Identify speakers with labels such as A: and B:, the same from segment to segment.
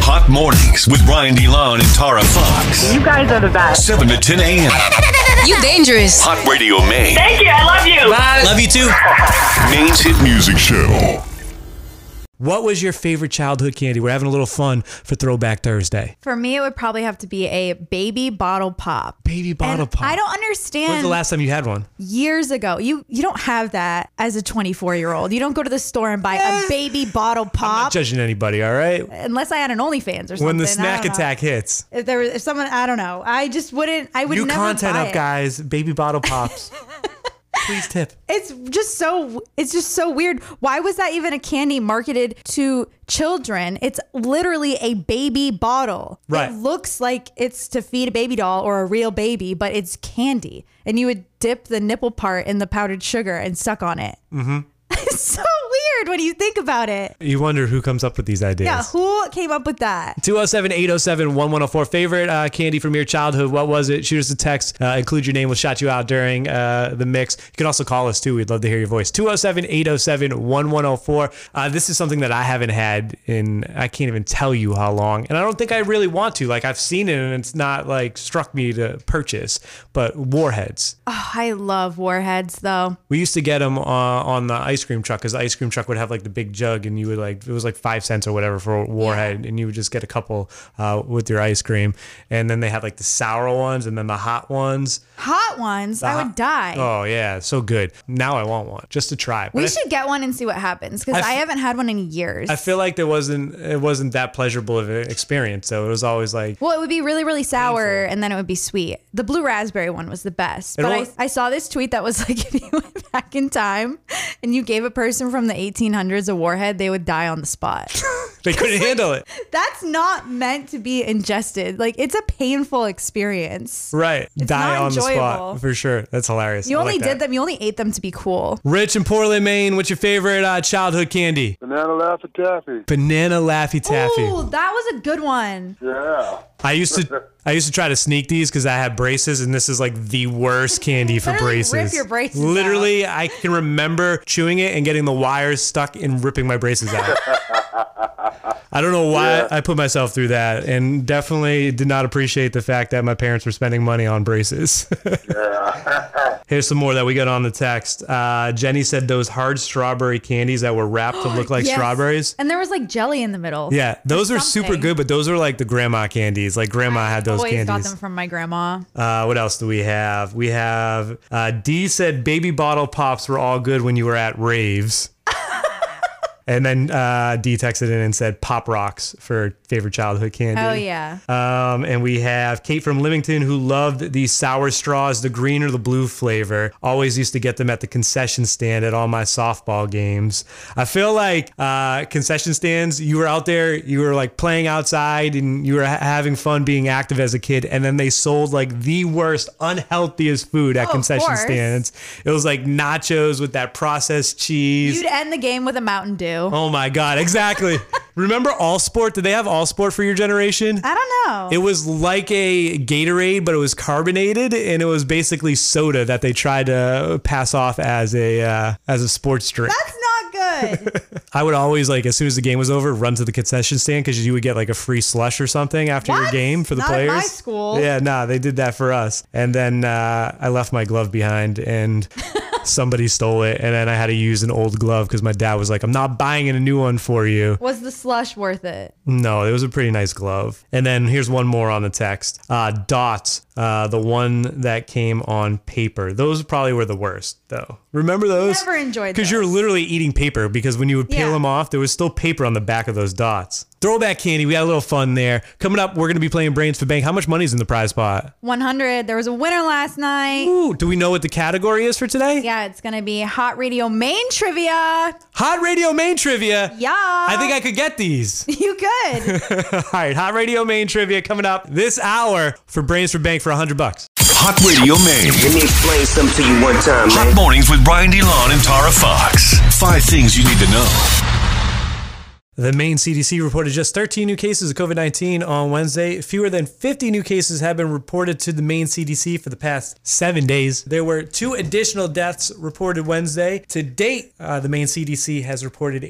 A: Hot Mornings with Brian DeLon and Tara Fox.
B: You guys are the best.
A: 7 to 10 a.m.
C: You dangerous.
A: Hot Radio Maine.
B: Thank you. I love you.
D: Love you too.
A: Maine's Hit Music Show.
D: What was your favorite childhood candy? We're having a little fun for Throwback Thursday.
E: For me, it would probably have to be a baby bottle pop.
D: Baby bottle
E: And
D: pop.
E: I don't
D: When's
E: understand.
D: the last time you had one?
E: years ago, you you don't have that as a 24 year old. You don't go to the store and buy a baby bottle pop
D: Judging anybody, all right?
E: unless I had an OnlyFans or something.
D: When the
E: I
D: snack
E: don't know.
D: attack hits.
E: If there was if someone, I don't know. I just wouldn't. I would
D: New
E: never
D: content
E: buy
D: up,
E: it.
D: guys. Baby bottle pops. Please tip.
E: It's just so it's just so weird. Why was that even a candy marketed to children? It's literally a baby bottle.
D: Right.
E: It looks like it's to feed a baby doll or a real baby, but it's candy. And you would dip the nipple part in the powdered sugar and suck on it. Mm-hmm. it's so weird when you think about it.
D: You wonder who comes up with these ideas.
E: Yeah, who came up with that?
D: 207 807 1104. Favorite uh, candy from your childhood? What was it? Shoot us a text. Uh, include your name. We'll shout you out during uh, the mix. You can also call us too. We'd love to hear your voice. 207 807 1104. Uh, This is something that I haven't had in, I can't even tell you how long. And I don't think I really want to. Like, I've seen it and it's not like struck me to purchase, but Warheads.
E: Oh, I love warheads though.
D: We used to get them uh, on the ice cream truck because the ice cream truck would have like the big jug, and you would like it was like five cents or whatever for a warhead, and you would just get a couple uh, with your ice cream, and then they had like the sour ones and then the hot ones.
E: Hot ones, I would die.
D: Oh yeah, so good. Now I want one just to try. But
E: we
D: I-
E: should get one and see what happens
D: I
E: because
D: f-
E: I haven't had one in years.
D: I feel like there wasn't it wasn't that pleasurable of an experience, though. It was always like
E: Well, it would be really, really sour, and then it would be sweet. The blue raspberry one was the best.
D: It
E: But I,
D: al-
E: I saw this tweet that was like, if you went back in time and you gave a person from the 1800s a warhead, they would die on the spot.
D: they couldn't handle it.
E: That's not meant to be ingested. Like, it's a painful experience.
D: Right, die
E: not
D: on the
E: enjoyable.
D: spot for sure. That's hilarious.
E: You
D: I
E: only
D: like
E: did
D: that.
E: them, you only ate them to be cool.
D: Rich in Portland, Maine. What's your favorite uh, childhood candy?
F: Banana Laffy Taffy.
D: Banana Laffy Taffy.
E: Ooh, that was a good one.
F: Yeah.
D: I used to I used to try to sneak these because I had braces, and this is like the worst candy for
E: Literally
D: braces.
E: rip your braces
D: Literally, I can remember chewing it and getting the wires stuck and ripping my braces out. I don't know why I put myself through that, and definitely did not appreciate the fact that my parents were spending money on braces. Here's some more that we got on the text. Uh, Jenny said those hard strawberry candies that were wrapped to look like
E: Yes.
D: strawberries.
E: And there was like jelly in the middle.
D: Yeah, those are super
E: something.
D: good, but those are like the grandma candies. Like grandma had those
E: Always
D: candies.
E: got them from my grandma.
D: Uh, what else do we have? We have uh, D said baby bottle pops were all good when you were at raves. and then uh, D texted in and said pop rocks for favorite childhood candy.
E: Oh, yeah.
D: Um, and we have Kate from Limington who loved the sour straws, the green or the blue flavor. Always used to get them at the concession stand at all my softball games. I feel like uh, concession stands, you were out there, you were like playing outside and you were ha- having fun being active as a kid. And then they sold like the worst, unhealthiest food at
E: Oh, of
D: concession
E: course.
D: stands. It was like nachos with that processed cheese.
E: You'd end the game with a Mountain Dew.
D: oh my God, exactly. Remember All Sport? Did they have All Sport for your generation?
E: I don't know.
D: It was like a Gatorade, but it was carbonated, and it was basically soda that they tried to pass off as a uh, as a sports drink.
E: That's not good.
D: I would always like as soon as the game was over, run to the concession stand because you would get like a free slush or something after your
E: What?
D: game for the
E: Not at
D: players.
E: my school.
D: Yeah, nah, they did that for us. And then uh, I left my glove behind, and somebody stole it, and then I had to use an old glove because my dad was like, "I'm not buying a new one for you."
E: Was the slush worth it?
D: No, it was a pretty nice glove. And then here's one more on the text. Uh, dots, uh, the one that came on paper. Those probably were the worst, though. Remember those?
E: Never enjoyed
D: Because you're
E: those.
D: literally eating paper. Because when you would peel
E: Yeah.
D: them off, there was still paper on the back of those dots. Throwback candy. We had a little fun there. Coming up, we're gonna be playing Brains for Bank. How much money's in the prize pot?
E: 100. There was a winner last night.
D: Ooh, do we know what the category is for today?
E: Yeah, it's going to be Hot Radio Main Trivia.
D: Hot Radio Main Trivia.
E: Yeah.
D: I think I could get these.
E: You could.
D: All right, Hot Radio Main Trivia coming up this hour for Brains for Bank for 100 bucks.
A: Hot Radio Maine.
G: Let me explain something to you one time,
A: Hot
G: man.
A: Mornings with Brian DeLon and Tara Fox. Five things you need to know.
D: The Maine CDC reported just 13 new cases of COVID 19 on Wednesday. Fewer than 50 new cases have been reported to the Maine CDC for the past seven days. There were two additional deaths reported Wednesday. To date, uh, the Maine CDC has reported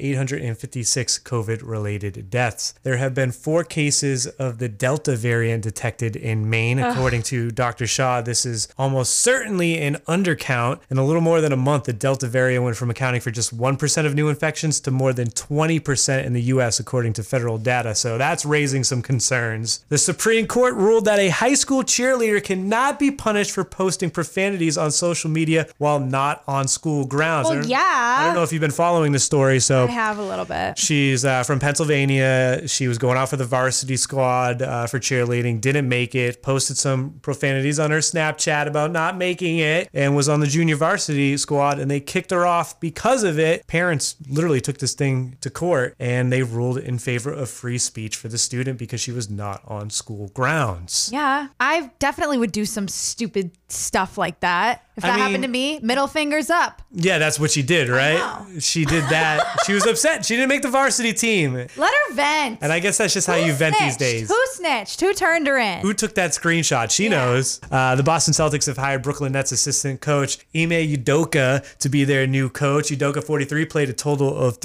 D: 856 COVID related deaths. There have been four cases of the Delta variant detected in Maine. According to Dr. Shaw, this is almost certainly an undercount. In a little more than a month, the Delta variant went from accounting for just 1% of new infections to more than 20% in the U.S., according to federal data. So that's raising some concerns. The Supreme Court ruled that a high school cheerleader cannot be punished for posting profanities on social media while not on school grounds. I
E: Well,
D: don't-
E: yeah.
D: I don't know if you've been following this story. So
E: I have a little bit.
D: She's uh, from Pennsylvania. She was going out for the varsity squad uh, for cheerleading, didn't make it, posted some profanities on her Snapchat about not making it, and was on the junior varsity squad, and they kicked her off because of it. Parents literally took this thing to court, and they ruled in favor of free speech for the student because she was not on school grounds.
E: Yeah, I definitely would do some stupid stuff like that if
D: I
E: that
D: mean-
E: happened to me. Middle fingers up.
D: Yeah, that's what she did, right?
E: know.
D: She did that. she was upset. She didn't make the varsity team.
E: Let her vent.
D: And I guess that's just how you vent these days.
E: Who snitched? Who turned her in?
D: Who took that screenshot? She knows. Uh, the Boston Celtics have hired Brooklyn Nets assistant coach Ime Udoka to be their new coach. Udoka, 43, played a total of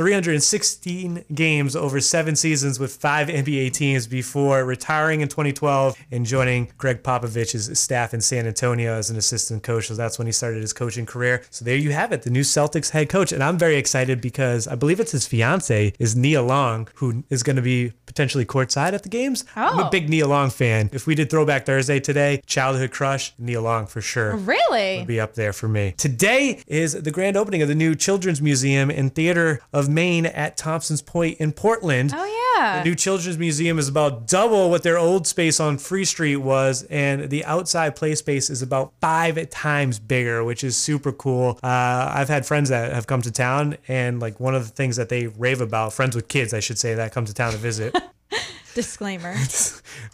D: 316 games over seven seasons with five NBA teams before retiring in 2012 and joining Greg Popovich's staff in San Antonio as an assistant coach. So that's when he started his coaching career. So there you have it, the new Celtics head coach. And I'm very excited because I believe it's his fiance is Nia Long, who is going to be potentially courtside at the games. I'm a
E: Oh.
D: big big Nia Long fan. If we did Throwback Thursday today, childhood crush, Nia Long for sure.
E: Oh, Really?
D: Be up there for me. Today is the grand opening of the new Children's Museum and Theater of Maine at Thompson's Point in Portland.
E: Oh yeah.
D: The new Children's Museum is about double what their old space on Free Street was, and the outside play space is about five times bigger, which is super cool. Uh, I've had friends that have come to town, and like one of the things that they rave about, friends with kids, I should say, that come to town to visit,
E: Disclaimer.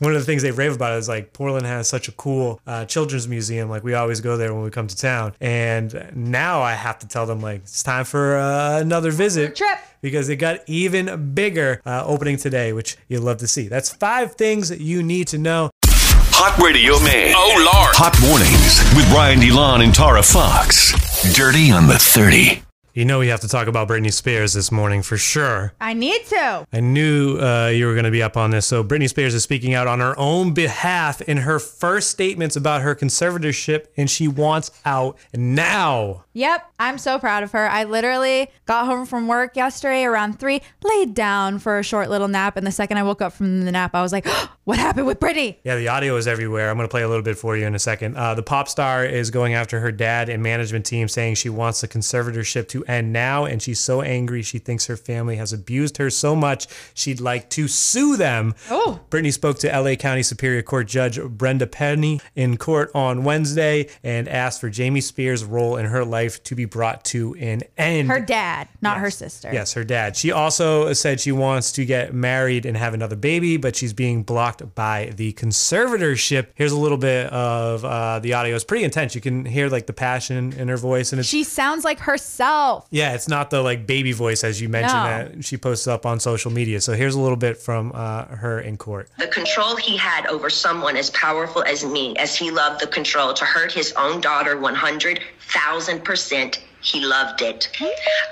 D: one of the things they rave about is like Portland has such a cool uh, children's museum. Like we always go there when we come to town. And now I have to tell them like it's time for uh, another visit
E: trip.
D: because it got even bigger uh, opening today, which you'd love to see. That's five things that you need to know.
A: Hot Radio Maine. Oh, Lord. Hot Mornings with Ryan DeLon and Tara Fox. Dirty on the 30.
D: You know we have to talk about Britney Spears this morning for sure.
E: I need to.
D: I knew uh, you were going to be up on this. So Britney Spears is speaking out on her own behalf in her first statements about her conservatorship, and she wants out now.
E: Yep, I'm so proud of her. I literally got home from work yesterday around three, laid down for a short little nap, and the second I woke up from the nap, I was like, "What happened with Brittany?"
D: Yeah, the audio is everywhere. I'm going to play a little bit for you in a second. Uh, the pop star is going after her dad and management team, saying she wants the conservatorship to end now. And she's so angry. She thinks her family has abused her so much, she'd like to sue them.
E: Oh.
D: Brittany spoke to LA County Superior Court Judge Brenda Penny in court on Wednesday and asked for Jamie Spears' role in her life to be brought to an end.
E: Her dad, not her sister.
D: Yes, her dad. She also said she wants to get married and have another baby, but she's being blocked by the conservatorship. Here's a little bit of uh, the audio. It's pretty intense. You can hear like the passion in her voice, and it's
E: She sounds like herself.
D: yeah, it's not the like baby voice as you mentioned
E: No.
D: that she posts up on social media. So here's a little bit from uh, her in court.
B: The control he had over someone as powerful as me, as he loved the control to hurt his own daughter 100,000%, he loved it.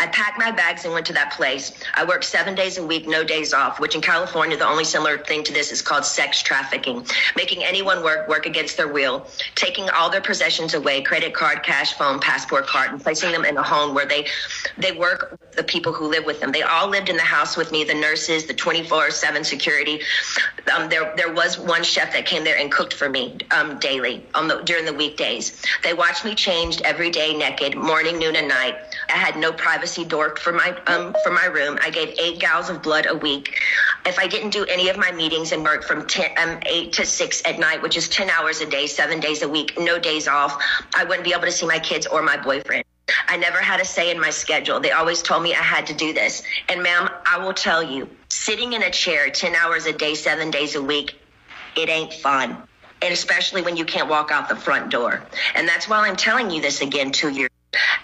B: I packed my bags and went to that place. I worked seven days a week, no days off, which in California, the only similar thing to this is called sex trafficking, making anyone work, work against their will, taking all their possessions away credit card, cash, phone, passport card, and placing them in a home where they, they work with the people who live with them. They all lived in the house with me the nurses, the 24 7 security um, there there was one chef that came there and cooked for me um, daily on the during the weekdays. They watched me changed every day naked, morning, noon, and night. I had no privacy door for my um, for my room. I gave eight gallons of blood a week. If I didn't do any of my meetings and worked from 10, um, 8 to 6 at night, which is 10 hours a day, seven days a week, no days off, I wouldn't be able to see my kids or my boyfriend. I never had a say in my schedule. They always told me I had to do this. And, ma'am, I will tell you, sitting in a chair 10 hours a day, seven days a week, it ain't fun. And especially when you can't walk out the front door. And that's why I'm telling you this again two years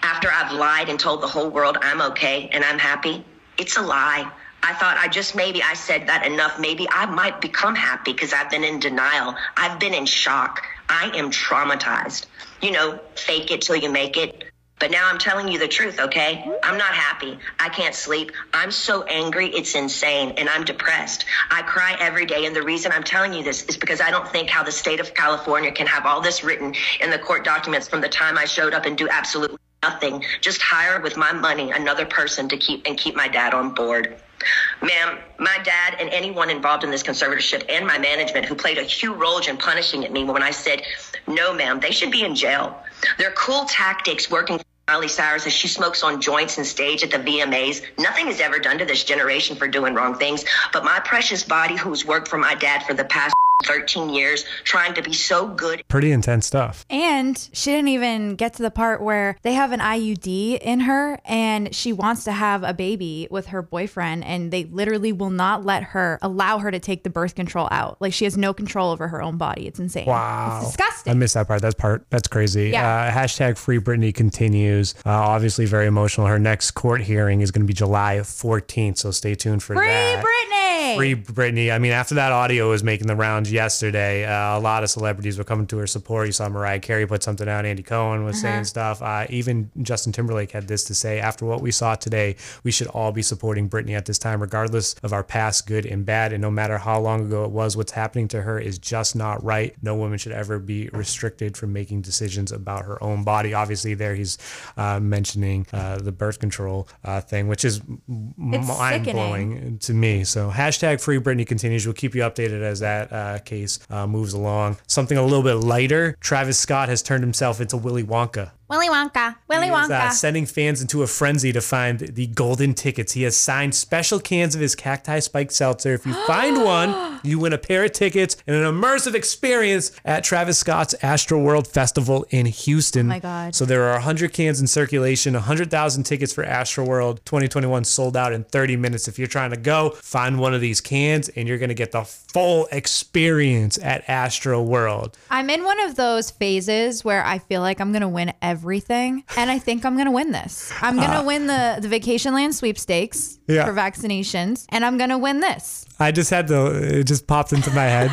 B: after I've lied and told the whole world I'm okay and I'm happy. It's a lie. I thought I just maybe I said that enough. Maybe I might become happy because I've been in denial. I've been in shock. I am traumatized. You know, fake it till you make it. But now I'm telling you the truth, okay? I'm not happy. I can't sleep. I'm so angry, it's insane, and I'm depressed. I cry every day, and the reason I'm telling you this is because I don't think how the state of California can have all this written in the court documents from the time I showed up and do absolutely nothing, just hire with my money another person to keep and keep my dad on board. Ma'am, my dad and anyone involved in this conservatorship and my management who played a huge role in punishing at me when I said, no, ma'am, they should be in jail. Their cool tactics working for Miley Cyrus as she smokes on joints and stage at the VMAs. Nothing is ever done to this generation for doing wrong things, but my precious body who's worked for my dad for the past 13 years trying to be so good
D: Pretty intense stuff.
E: And she didn't even get to the part where they have an IUD in her and she wants to have a baby with her boyfriend and they literally will not let her allow her to take the birth control out. Like she has no control over her own body. It's insane.
D: Wow.
E: It's
D: I
E: disgusting.
D: missed that part. That's part. That's crazy.
E: Yeah.
D: Uh, hashtag Free Britney continues. Uh, obviously, very emotional. Her next court hearing is going to be July 14th, so stay tuned for
E: Free
D: that.
E: Britney.
D: Free Britney. I mean, after that audio was making the rounds yesterday, uh, a lot of celebrities were coming to her support. You saw Mariah Carey put something out. Andy Cohen was saying stuff. Uh, even Justin Timberlake had this to say: After what we saw today, we should all be supporting Britney at this time, regardless of our past, good and bad. And no matter how long ago it was, what's happening to her is just not right. No woman should ever be restricted from making decisions about her own body. Obviously, there he's uh, mentioning uh, the birth control uh, thing, which is
E: It's
D: mind blowing to me. So hashtag free Britney continues. We'll keep you updated as that uh, case uh, moves along. Something a little bit lighter. Travis Scott has turned himself into Willy Wonka.
E: Willy Wonka. Willy
D: He is, uh,
E: Wonka.
D: sending fans into a frenzy to find the golden tickets. He has signed special cans of his cacti spiked seltzer. If you find one, you win a pair of tickets and an immersive experience at Travis Scott's Astro World Festival in Houston. Oh
E: my God.
D: So there are 100 cans in circulation, 100,000 tickets for Astro World 2021 sold out in 30 minutes. If you're trying to go, find one of these cans and you're going to get the full experience at Astro World.
E: I'm in one of those phases where I feel like I'm gonna win everything, and I think I'm gonna win this. I'm gonna win the the vacation land sweepstakes
D: Ah. Yeah.
E: for vaccinations, and I'm gonna win this.
D: I just had to. It just popped into my head.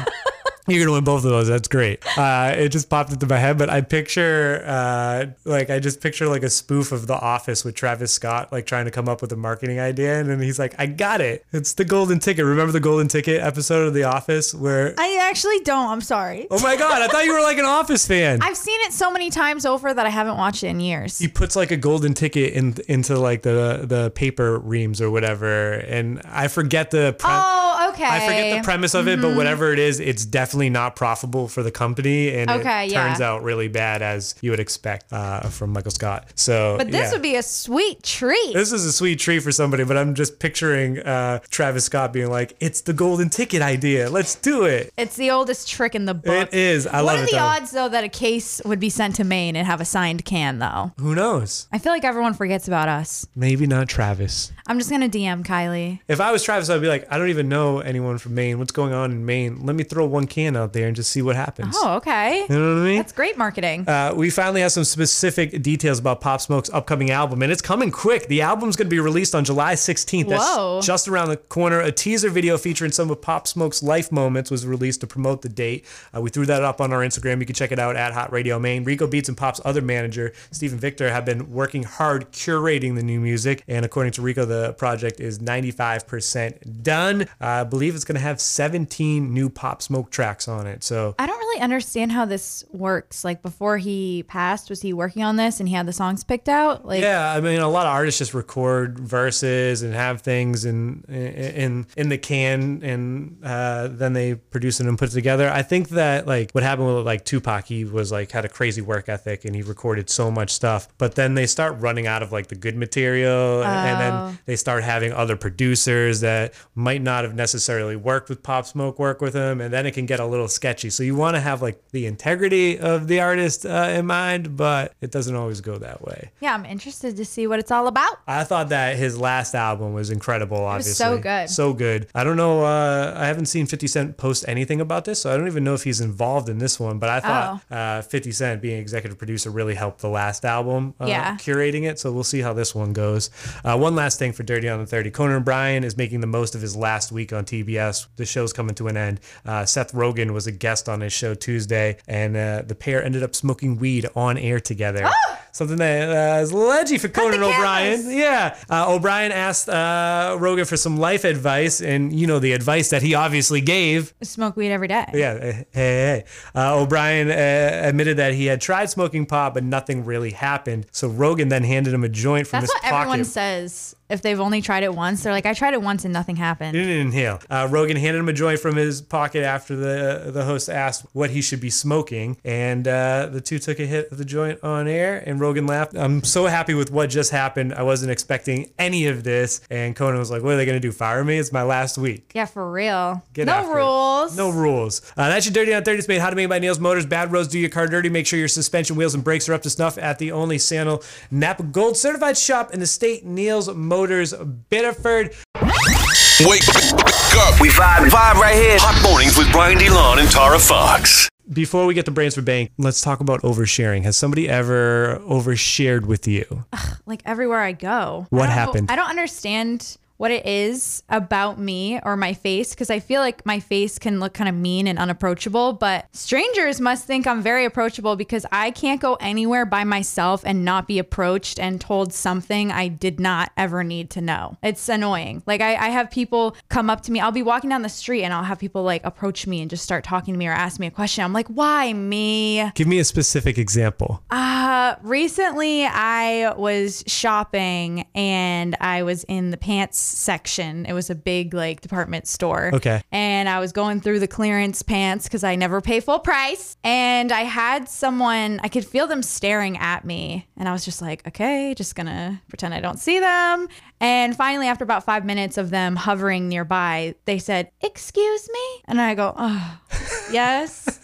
D: You're gonna win both of those. That's great. Uh, it just popped into my head, but I picture uh, like I just picture like a spoof of The Office with Travis Scott like trying to come up with a marketing idea, and then he's like, "I got it. It's the golden ticket. Remember the golden ticket episode of The Office where?
E: I actually don't. I'm sorry.
D: oh my god, I thought you were like an Office fan.
E: I've seen it so many times over that I haven't watched it in years.
D: he puts like a golden ticket in into like the the paper reams or whatever, and I forget the. Pre-
E: Oh, okay. Mm-hmm.
D: I forget the premise of it, but whatever it is, it's definitely not profitable for the company, and
E: Okay,
D: it
E: yeah.
D: turns out really bad as you would expect uh, from Michael Scott. So,
E: But this
D: yeah.
E: would be a sweet treat.
D: This is a sweet treat for somebody, but I'm just picturing uh, Travis Scott being like, "It's the golden ticket idea. Let's do it."
E: it's the oldest trick in the book.
D: It is. I
E: what
D: love
E: are
D: it.
E: the
D: though.
E: odds, though, that a case would be sent to Maine and have a signed can, though?
D: Who knows?
E: I feel like everyone forgets about us.
D: Maybe not Travis.
E: I'm just gonna DM Kylie.
D: If I was Travis, I'd be like, "I don't even know anyone from Maine. What's going on in Maine? Let me throw one can out there and just see what happens."
E: Oh, okay.
D: You know what I mean?
E: That's great marketing.
D: Uh, we finally have some specific details about Pop Smoke's upcoming album, and it's coming quick. The album's going to be released on July 16th.
E: Whoa.
D: That's just around the corner. A teaser video featuring some of Pop Smoke's life moments was released to promote the date. Uh, we threw that up on our Instagram. You can check it out at Hot Radio Maine. Rico Beats and Pop's other manager, Stephen Victor, have been working hard curating the new music, and according to Rico, the project is 95% done. I believe it's going to have 17 new Pop Smoke tracks on it. So
E: I don't really understand how this works. Like before he passed, was he working on this and he had the songs picked out? Like
D: Yeah, I mean, a lot of artists just record verses and have things in in in the can, and uh, then they produce it and put it together. I think that like what happened with like Tupac, he was like had a crazy work ethic and he recorded so much stuff, but then they start running out of like the good material, and then they start having other producers that might not have necessarily worked with Pop Smoke work with him, and then it can get a little sketchy. So you want to have like the integrity of the artist uh, in mind, but it doesn't always go that way.
E: Yeah, I'm interested to see what it's all about.
D: I thought that his last album was incredible.
E: was
D: Obviously,
E: so good.
D: so good. I don't know. Uh, I haven't seen Fifty Cent post anything about this, so I don't even know if he's involved in this one. But I thought
E: Oh.
D: uh, Fifty Cent being executive producer really helped the last album uh,
E: Yeah.
D: curating it. So we'll see how this one goes. Uh, one last thing for Dirty on the Thirty: Conan O'Brien is making the most of his last week on TBS. The show's coming to an end. Uh, Seth Rogen was a guest on his show Tuesday, and uh, the pair ended up smoking weed on air together. Something that uh, is leggy for Conan
E: the
D: O'Brien.
E: cameras.
D: Yeah. Uh, O'Brien asked uh, Rogan for some life advice, and you know the advice that he obviously gave.
E: Smoke weed every day.
D: Yeah. eh, Hey, hey. Uh, O'Brien uh, admitted that he had tried smoking pot, but nothing really happened. So Rogan then handed him a joint from
E: That's
D: his
E: what
D: pocket.
E: everyone says if they've only tried it once. They're like, I tried it once and nothing happened.
D: He didn't inhale. Uh, Rogan handed him a joint from his pocket after the the host asked what he should be smoking, and uh, the two took a hit of the joint on air. And Rogan laughed. I'm so happy with what just happened. I wasn't expecting any of this. And Conan was like, "What are they gonna do? Fire me? It's my last week."
E: Yeah, for real.
D: Get
E: no
D: after it.
E: rules.
D: No rules. Uh, that's your Dirty on 30s made. How to Made by Niels Motors. Bad roads do your car dirty. Make sure your suspension, wheels, and brakes are up to snuff at the only Sandal Napa Gold certified shop in the state, Niels Motors, Biddeford.
A: Wake up.
G: We vibe, vibe right here.
A: Hot mornings with Brian DeLon and Tara Fox.
D: Before we get to brains for bank, let's talk about oversharing. Has somebody ever overshared with you?
E: Like everywhere I go.
D: What
E: I don't-
D: happened?
E: I don't understand what it is about me or my face because I feel like my face can look kind of mean and unapproachable, but strangers must think I'm very approachable because I can't go anywhere by myself and not be approached and told something I did not ever need to know. It's annoying. Like I, I have people come up to me. I'll be walking down the street and I'll have people like approach me and just start talking to me or ask me a question. I'm like, why me?
D: Give me a specific example.
E: recently I was shopping and I was in the pants section. It was a big like department store.
D: Okay.
E: And I was going through the clearance pants because I never pay full price. And I had someone, I could feel them staring at me. And I was just like, okay, just gonna pretend I don't see them. And finally, after about five minutes of them hovering nearby, they said, excuse me? And I go, oh, yes.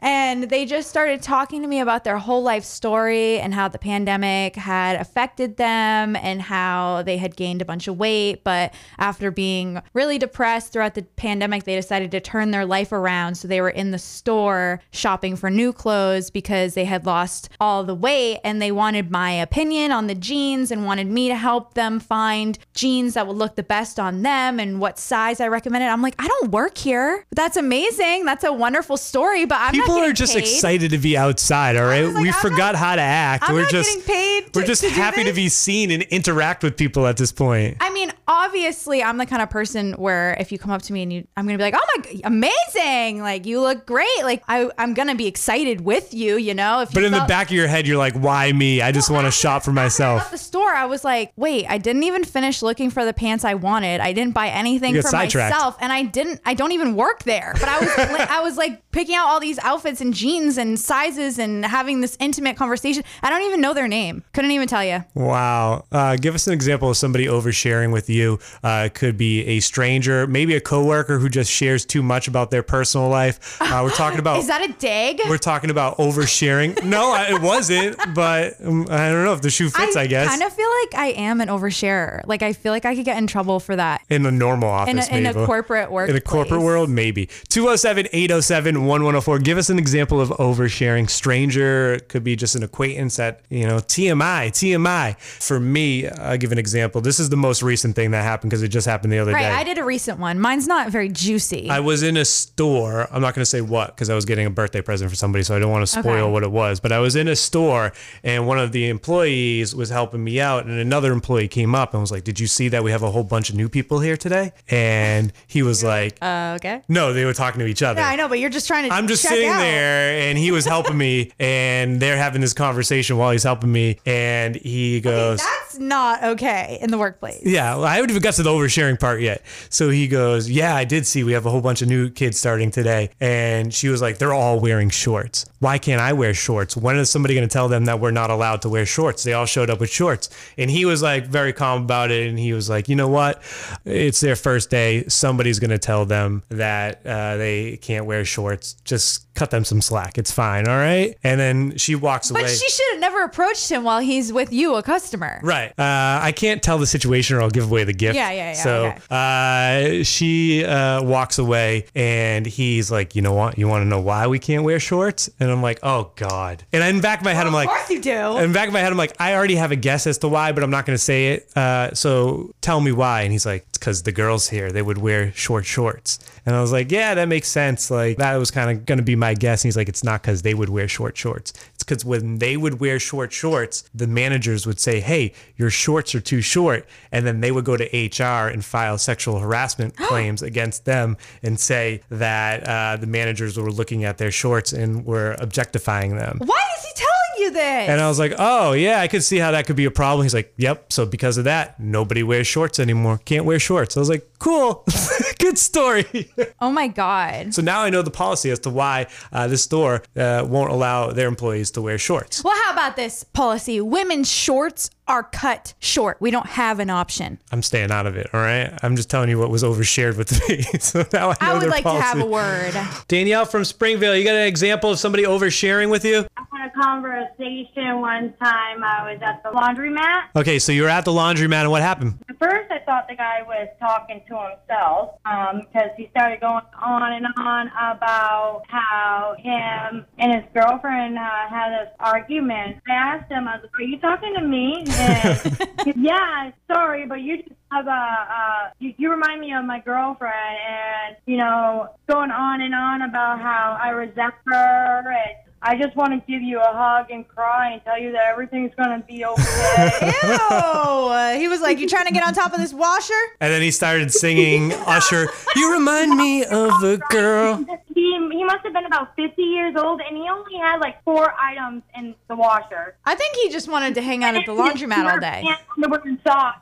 E: And they just started talking to me about their whole life story and how the pandemic had affected them and how they had gained a bunch of weight. But after being really depressed throughout the pandemic, they decided to turn their life around. So they were in the store shopping for new clothes because they had lost all the weight and they wanted my opinion on the jeans and wanted me to help them find jeans that would look the best on them and what size I recommended. I'm like, I don't work here. That's amazing. That's a wonderful story, but I'm
D: People are
E: not getting
D: just
E: paid.
D: excited to be outside, all right?
E: was like,
D: we
E: I'm
D: forgot
E: not-
D: how to act.
E: I'm
D: we're
E: not
D: just
E: getting paid
D: we're
E: to-
D: just
E: to do
D: happy to
E: this.
D: be seen and interact with people at this point.
E: I mean, obviously, I'm the kind of person where if you come up to me and you, I'm gonna be like, "Oh my, g- amazing! Like you look great! Like I, I'm gonna be excited with you, you know." If
D: But
E: you
D: in the
E: felt-
D: back of your head, you're like, why me? I just want to shop for
E: at
D: myself.
E: the store, I was like, wait, I didn't even finish looking for the pants I wanted. I didn't buy anything
D: You
E: for
D: got sidetracked.
E: myself, and I didn't. I don't even work there. But I was, li- I was like picking out all these outfits and jeans and sizes and having this intimate conversation. I don't even know their name. Couldn't even tell you.
D: Wow. Uh, give us an example of somebody oversharing with you. Uh, it could be a stranger, maybe a coworker who just shares too much about their personal life. Uh, we're talking about
E: Is that a dig?
D: We're talking about oversharing. No, I, it wasn't, but um, I don't know if the shoe fits, I, guess.
E: kind of feel like I am an oversharer. Like I feel like I could get in trouble for that.
D: in a normal office,
E: In a- in a
D: maybe.
E: corporate
D: In a
E: workplace.
D: corporate world, maybe. 207 807 1104. Give us an example of oversharing. Stranger it could be just an acquaintance at, you know, TMI, TMI. For me, I'll give an example. This is the most recent thing that happened because it just happened the other
E: Right,
D: day.
E: I did a recent one. Mine's not very juicy.
D: I was in a store. I'm not going to say what because I was getting a birthday present for somebody, so I don't want to spoil
E: Okay.
D: what it was. But I was in a store, and one of the employees was helping me out, and another employee came up and was like, "Did you see that we have a whole bunch of new people here today?" And he was like,
E: uh, okay.
D: "No, they were talking to each other."
E: Yeah, I know, but you're just trying to.
D: I'm just
E: check
D: sitting
E: out.
D: there, and he was helping me, and they're having this conversation while he's helping me, and he goes,
E: That's that's not okay in the workplace.
D: Yeah, well, I haven't even got to the oversharing part yet. So he goes, Yeah, I did see we have a whole bunch of new kids starting today. And she was like, They're all wearing shorts. Why can't I wear shorts? When is somebody going to tell them that we're not allowed to wear shorts? They all showed up with shorts. And he was like, very calm about it. And he was like, You know what? It's their first day. Somebody's going to tell them that uh, they can't wear shorts. Just cut them some slack. It's fine. All right. And then she walks
E: But
D: away.
E: she should have never approached him while he's with you, a customer.
D: Right. Uh, I can't tell the situation or I'll give away the gift.
E: Yeah, yeah, yeah,
D: So uh, she uh, walks away and he's like, you know what? You want to know why we can't wear shorts? And I'm like, oh, God. And in the back of my head, I'm like,
E: of course you do.
D: in the back of my head, I'm like, I already have a guess as to why, but I'm not going to say it. Uh, so tell me why. And he's like, it's because the girls here, they would wear short shorts. And I was like, yeah, that makes sense. Like, that was kind of going to be my guess. And he's like, it's not because they would wear short shorts. It's because when they would wear short shorts, the managers would say, hey, your shorts are too short. And then they would go to HR and file sexual harassment claims against them and say that uh, the managers were looking at their shorts and were objectifying them.
E: Why is he telling you this?
D: And I was like, oh, yeah, I could see how that could be a problem. He's like, yep. So because of that, nobody wears shorts anymore. Can't wear shorts. I was like, cool. Good story.
E: oh my God.
D: so now I know the policy as to why uh, this store uh, won't allow their employees to wear shorts.
E: Well, how about this policy? Women's shorts are cut short. We don't have an option.
D: I'm staying out of it. All right. I'm just telling you what was overshared with me. so now I know
E: I would
D: their
E: like
D: policy.
E: to have a word.
D: Danielle from Springville, you got an example of somebody oversharing with you?
F: on a conversation one time. I was at the laundromat.
D: Okay, so you were at the laundromat and what happened?
F: At first, I thought the guy was talking to himself because he started going on and on about how him and his girlfriend uh, had this argument. I asked him, I was like, "Are you talking to me?" And yeah, sorry, but you just have a uh, you, you remind me of my girlfriend, and you know, going on and on about how I resent her and. I just want to give you a hug and cry and tell you that everything's going to be okay.
E: Oh, he was like, You trying to get on top of this washer?
D: And then he started singing Usher, You remind me of a girl.
F: He, he must have been about 50 years old, and he only had like four items in the washer.
E: I think he just wanted to hang out at the laundromat all day.
F: And underwear and socks.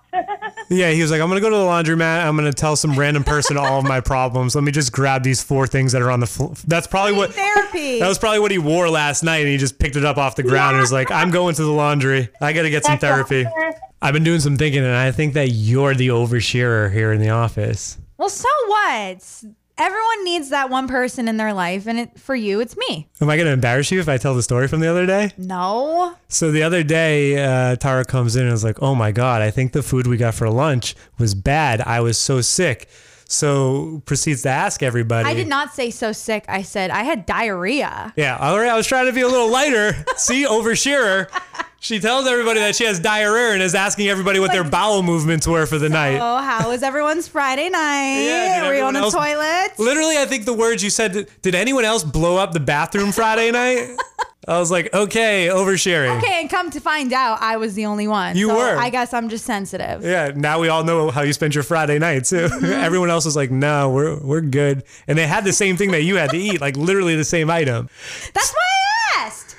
D: Yeah, he was like, I'm gonna go to the laundromat. I'm gonna tell some random person all of my problems. Let me just grab these four things that are on the floor. That's probably what
E: Therapy.
D: that was probably what he wore last night, and he just picked it up off the ground and was like, I'm going to the laundry. I gotta get some therapy. I've been doing some thinking, and I think that you're the oversharer here in the office.
E: Well, so what? Everyone needs that one person in their life, and it, for you, it's me.
D: Am I gonna embarrass you if I tell the story from the other day?
E: No.
D: So the other day, uh, Tara comes in and is like, "Oh my god, I think the food we got for lunch was bad. I was so sick." So proceeds to ask everybody.
E: I did not say so sick. I said I had diarrhea.
D: Yeah, all right. I was trying to be a little lighter. See, oversharer. She tells everybody that she has diarrhea and is asking everybody what their bowel movements were for the night.
E: Oh, how was everyone's Friday night?
D: Yeah, did
E: Were you
D: everyone
E: on the
D: else-
E: toilet?
D: Literally, I think the words you said. Did anyone else blow up the bathroom Friday night? I was like, okay, oversharing.
E: Okay, and come to find out, I was the only one.
D: You
E: So
D: were.
E: I guess I'm just sensitive.
D: Yeah, now we all know how you spent your Friday night too.
E: Mm-hmm.
D: Everyone else was like, "No, we're we're good," and they had the same thing that you had to eat, like literally the same item.
E: That's why I asked.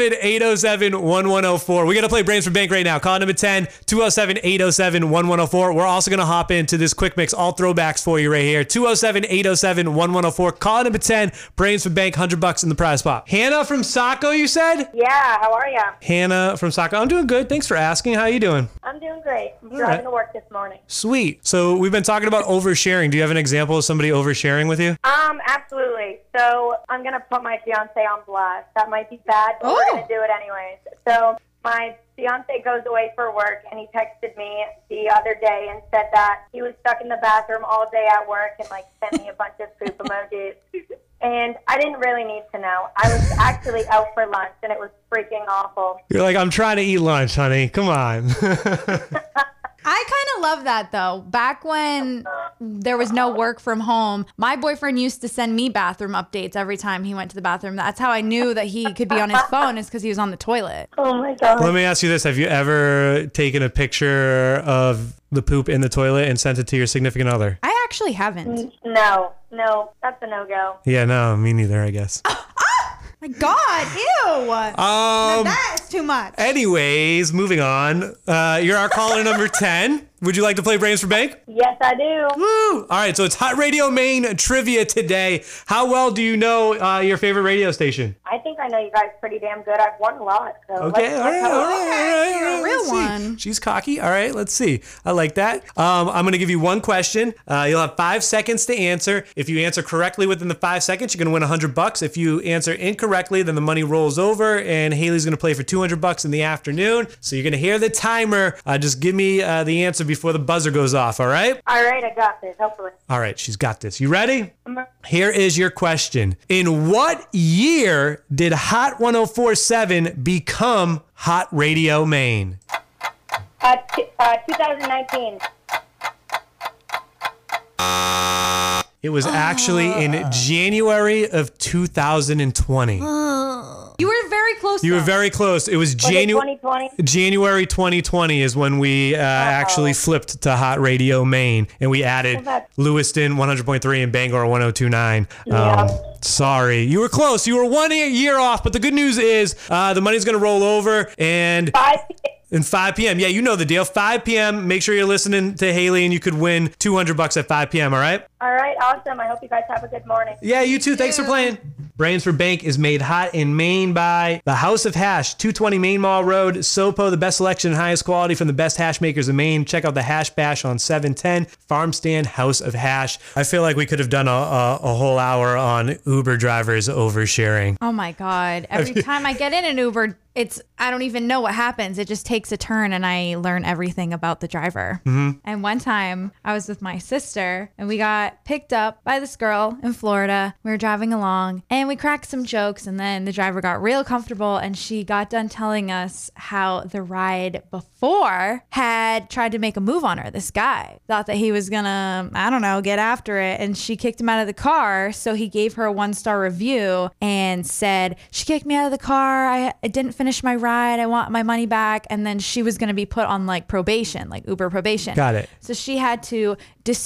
D: 207-807-1104. We got to play Brains for Bank right now. Call number 10, 207-807-1104. We're also going to hop into this quick mix, all throwbacks for you right here. 207-807-1104. Call number 10, Brains for Bank, 100 bucks in the prize pot. Hannah from Saco, you said?
F: Yeah, how are ya?
D: Hannah from Saco. I'm doing good. Thanks for asking. How you doing?
F: I'm doing great. I'm driving
D: right.
F: to work this morning.
D: Sweet. So we've been talking about oversharing. Do you have an example of somebody oversharing with you?
F: Um, absolutely. So I'm gonna put my fiance on blast. That might be bad, but we're
E: Oh.
F: gonna do it anyways. So my fiance goes away for work, and he texted me the other day and said that he was stuck in the bathroom all day at work, and like sent me a bunch of poop emojis. And I didn't really need to know. I was actually out for lunch, and it was freaking awful.
D: You're like, I'm trying to eat lunch, honey. Come on.
E: I kind of love that though. Back when there was no work from home, my boyfriend used to send me bathroom updates every time he went to the bathroom. That's how I knew that he could be on his phone is because he was on the toilet.
F: Oh my god.
D: Let me ask you this: Have you ever taken a picture of the poop in the toilet and sent it to your significant other?
E: I
F: Mm.
E: actually haven't.
F: No, no, that's a no go.
D: Yeah, no, me neither. I guess.
H: My God, ew. Now
D: Um,
H: that is too much.
D: anyways, moving on. Uh, you're our caller number 10. Would you like to play Brains for Bank?
F: Yes, I do.
D: Woo! All right, so it's Hot Radio Maine trivia today. How well do you know uh, your favorite radio station?
F: I think I know you guys pretty damn good. I've won a lot. So
D: Okay, all right, all right, all right, all right.
E: a real
D: let's see.
E: one.
D: She's cocky. All right, let's see. I like that. Um, I'm going to give you one question. Uh, you'll have five seconds to answer. If you answer correctly within the five seconds, you're going to win 100 bucks. If you answer incorrectly, then the money rolls over, and Haley's going to play for 200 bucks in the afternoon. So you're going to hear the timer. Uh, just give me uh, the answer before the buzzer goes off. All right.
F: All right, I got this. Hopefully.
D: All right, she's got this. You ready?
F: ready.
D: Here is your question. In what year did Hot 1047 become Hot Radio Maine?
F: Uh, t- uh, 2019.
D: It was actually
F: Ah.
D: in January of 2020.
E: You were very close.
D: You were
E: though.
D: very close. It was
F: Was it
D: January
F: 2020.
D: January 2020 is when we uh, actually flipped to Hot Radio Maine and we added
F: that's-
D: Lewiston 100.3 and Bangor 1029. Um,
F: Yeah.
D: Sorry, you were close. You were one e- year off, but the good news is uh, the money's going to roll over and
F: Five.
D: and 5 p.m. Yeah, you know the deal. 5 p.m. Make sure you're listening to Haley and you could win 200 bucks at 5 p.m. All right.
F: All right, awesome. I hope you guys have a good morning.
D: Yeah, you too. Thanks for playing. Brains for Bank is made hot in Maine by the House of Hash, 220 Main Mall Road, Sopo, the best selection and highest quality from the best hash makers in Maine. Check out the Hash Bash on 710 Farm Stand House of Hash. I feel like we could have done a, a, a whole hour on Uber drivers oversharing.
E: Oh my God. Every time I get in an Uber, it's, I don't even know what happens. It just takes a turn and I learn everything about the driver. And one time I was with my sister and we got picked up by this girl in Florida. We were driving along and we cracked some jokes. And then the driver got real comfortable and she got done telling us how the ride before had tried to make a move on her. This guy thought that he was gonna, I don't know, get after it. And she kicked him out of the car. So he gave her a one star review and said, She kicked me out of the car. I, I didn't finish my ride. I want my money back. And then she was gonna be put on like probation, like Uber probation.
D: Got it.
E: So she had to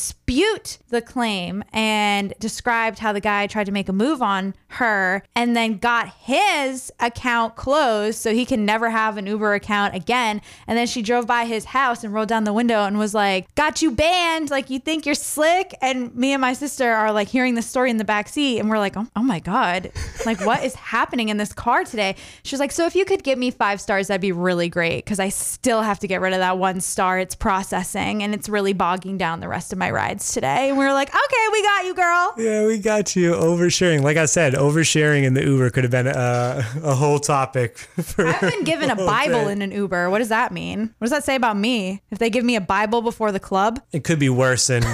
E: dispute the claim and described how the guy tried to make a move on her and then got his account closed so he can never have an Uber account again. And then she drove by his house and rolled down the window and was like, Got you banned. Like, you think you're slick? And me and my sister are like hearing the story in the back seat and we're like, Oh, oh my God. Like, what is happening in this car today? She was like, So if you could give me five stars, that'd be really great because I still have to get rid of that one star. It's processing and it's really bogging down the rest of my rides today. And we were like, Okay, we got you, girl.
D: Yeah, we got you. Oversharing. Like I said, oversharing in the Uber could have been uh, a whole topic for
E: I've been
D: Oh,
E: given a Bible in an Uber. What does that mean? What does that say about me? If they give me a Bible before the club?
D: It could be worse, and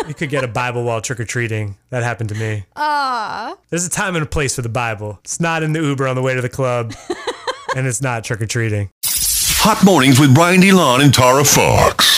D: you could get a Bible while trick or treating. That happened to me. Ah. There's a time and a place for the Bible. It's not in the Uber on the way to the club, and it's not trick or treating.
A: Hot mornings with Brian DeLon and Tara Fox.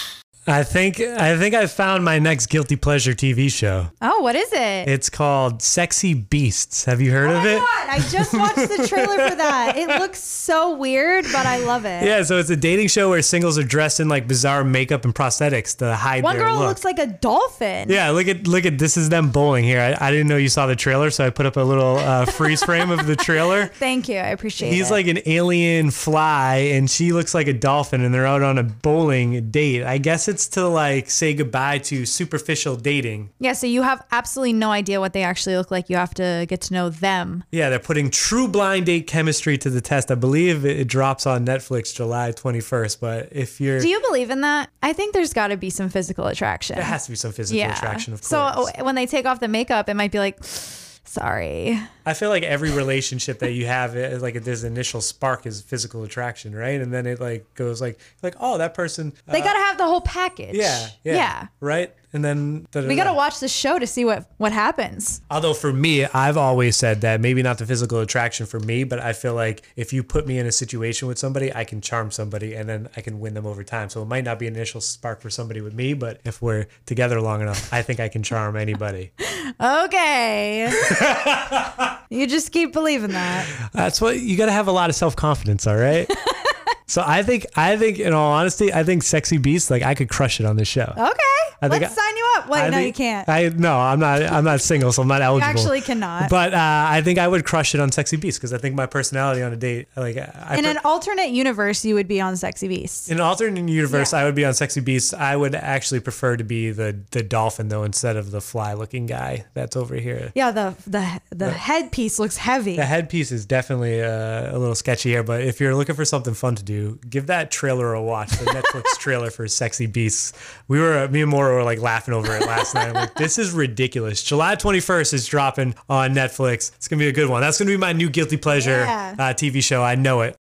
D: I think I think I found my next guilty pleasure TV show.
E: Oh, what is it?
D: It's called Sexy Beasts. Have you heard of it?
E: Oh God, I just watched the trailer for that. It looks so weird, but I love it.
D: Yeah, so it's a dating show where singles are dressed in like bizarre makeup and prosthetics to hide
E: One
D: their
E: girl
D: look.
E: looks like a dolphin.
D: Yeah, look at look at this is them bowling here. I, I didn't know you saw the trailer, so I put up a little uh, freeze frame of the trailer.
E: Thank you. I appreciate it.
D: He's like an alien fly, and she looks like a dolphin, and they're out on a bowling date. I guess it's to like say goodbye to superficial dating.
E: Yeah, so you have absolutely no idea what they actually look like. You have to get to know them.
D: Yeah, they're putting true blind date chemistry to the test. I believe it, it drops on Netflix July 21st, but if you're.
E: Do you believe in that? I think there's got to be some physical attraction.
D: there has to be some physical
E: yeah.
D: attraction, of course.
E: so uh, when they take off the makeup, it might be like, sorry.
D: I feel like every relationship that you have, it- like this initial spark is physical attraction, right? And then it like goes like, like oh, that person. uh,
E: They got to have the whole package.
D: yeah, yeah,
E: Yeah.
D: right. And then
E: We got to
D: da-da-da.
E: watch the show to see what, what happens.
D: Although for me, I've always said that maybe not the physical attraction for me, but I feel like if you put me in a situation with somebody, I can charm somebody and then I can win them over time. So it might not be an initial spark for somebody with me, but if we're together long enough, I think I can charm anybody.
E: Okay. you just keep believing that.
D: That's what you got to have a lot of self confidence, all right? so I think I think in all honesty, I think sexy beast like I could crush it on this show.
E: Okay.
D: I think
E: Let's
D: I-
E: sign you up. Oh, Wait,
D: I
E: no,
D: think-
E: you can't.
D: I no, I'm not. I'm not single, so I'm not eligible.
E: actually cannot.
D: But uh, I think I would crush it on Sexy Beast because I think my personality on a date, like, I,
E: in
D: per-
E: an alternate universe, you would be on Sexy Beast.
D: in an alternate universe, I would be on Sexy Beast. I would actually prefer to be the the dolphin though, instead of the fly looking guy that's over here.
E: Yeah, the the the headpiece looks heavy.
D: The headpiece is definitely uh, a little sketchy here, but if you're looking for something fun to do, give that trailer a watch. The Netflix trailer for Sexy Beasts. We were, me and Mora were like laughing over it last night. I'm like, this is ridiculous. July 21st is dropping on Netflix. It's going to be a good one. That's going to be my new guilty pleasure
E: Yeah.
D: uh, TV show. I know it.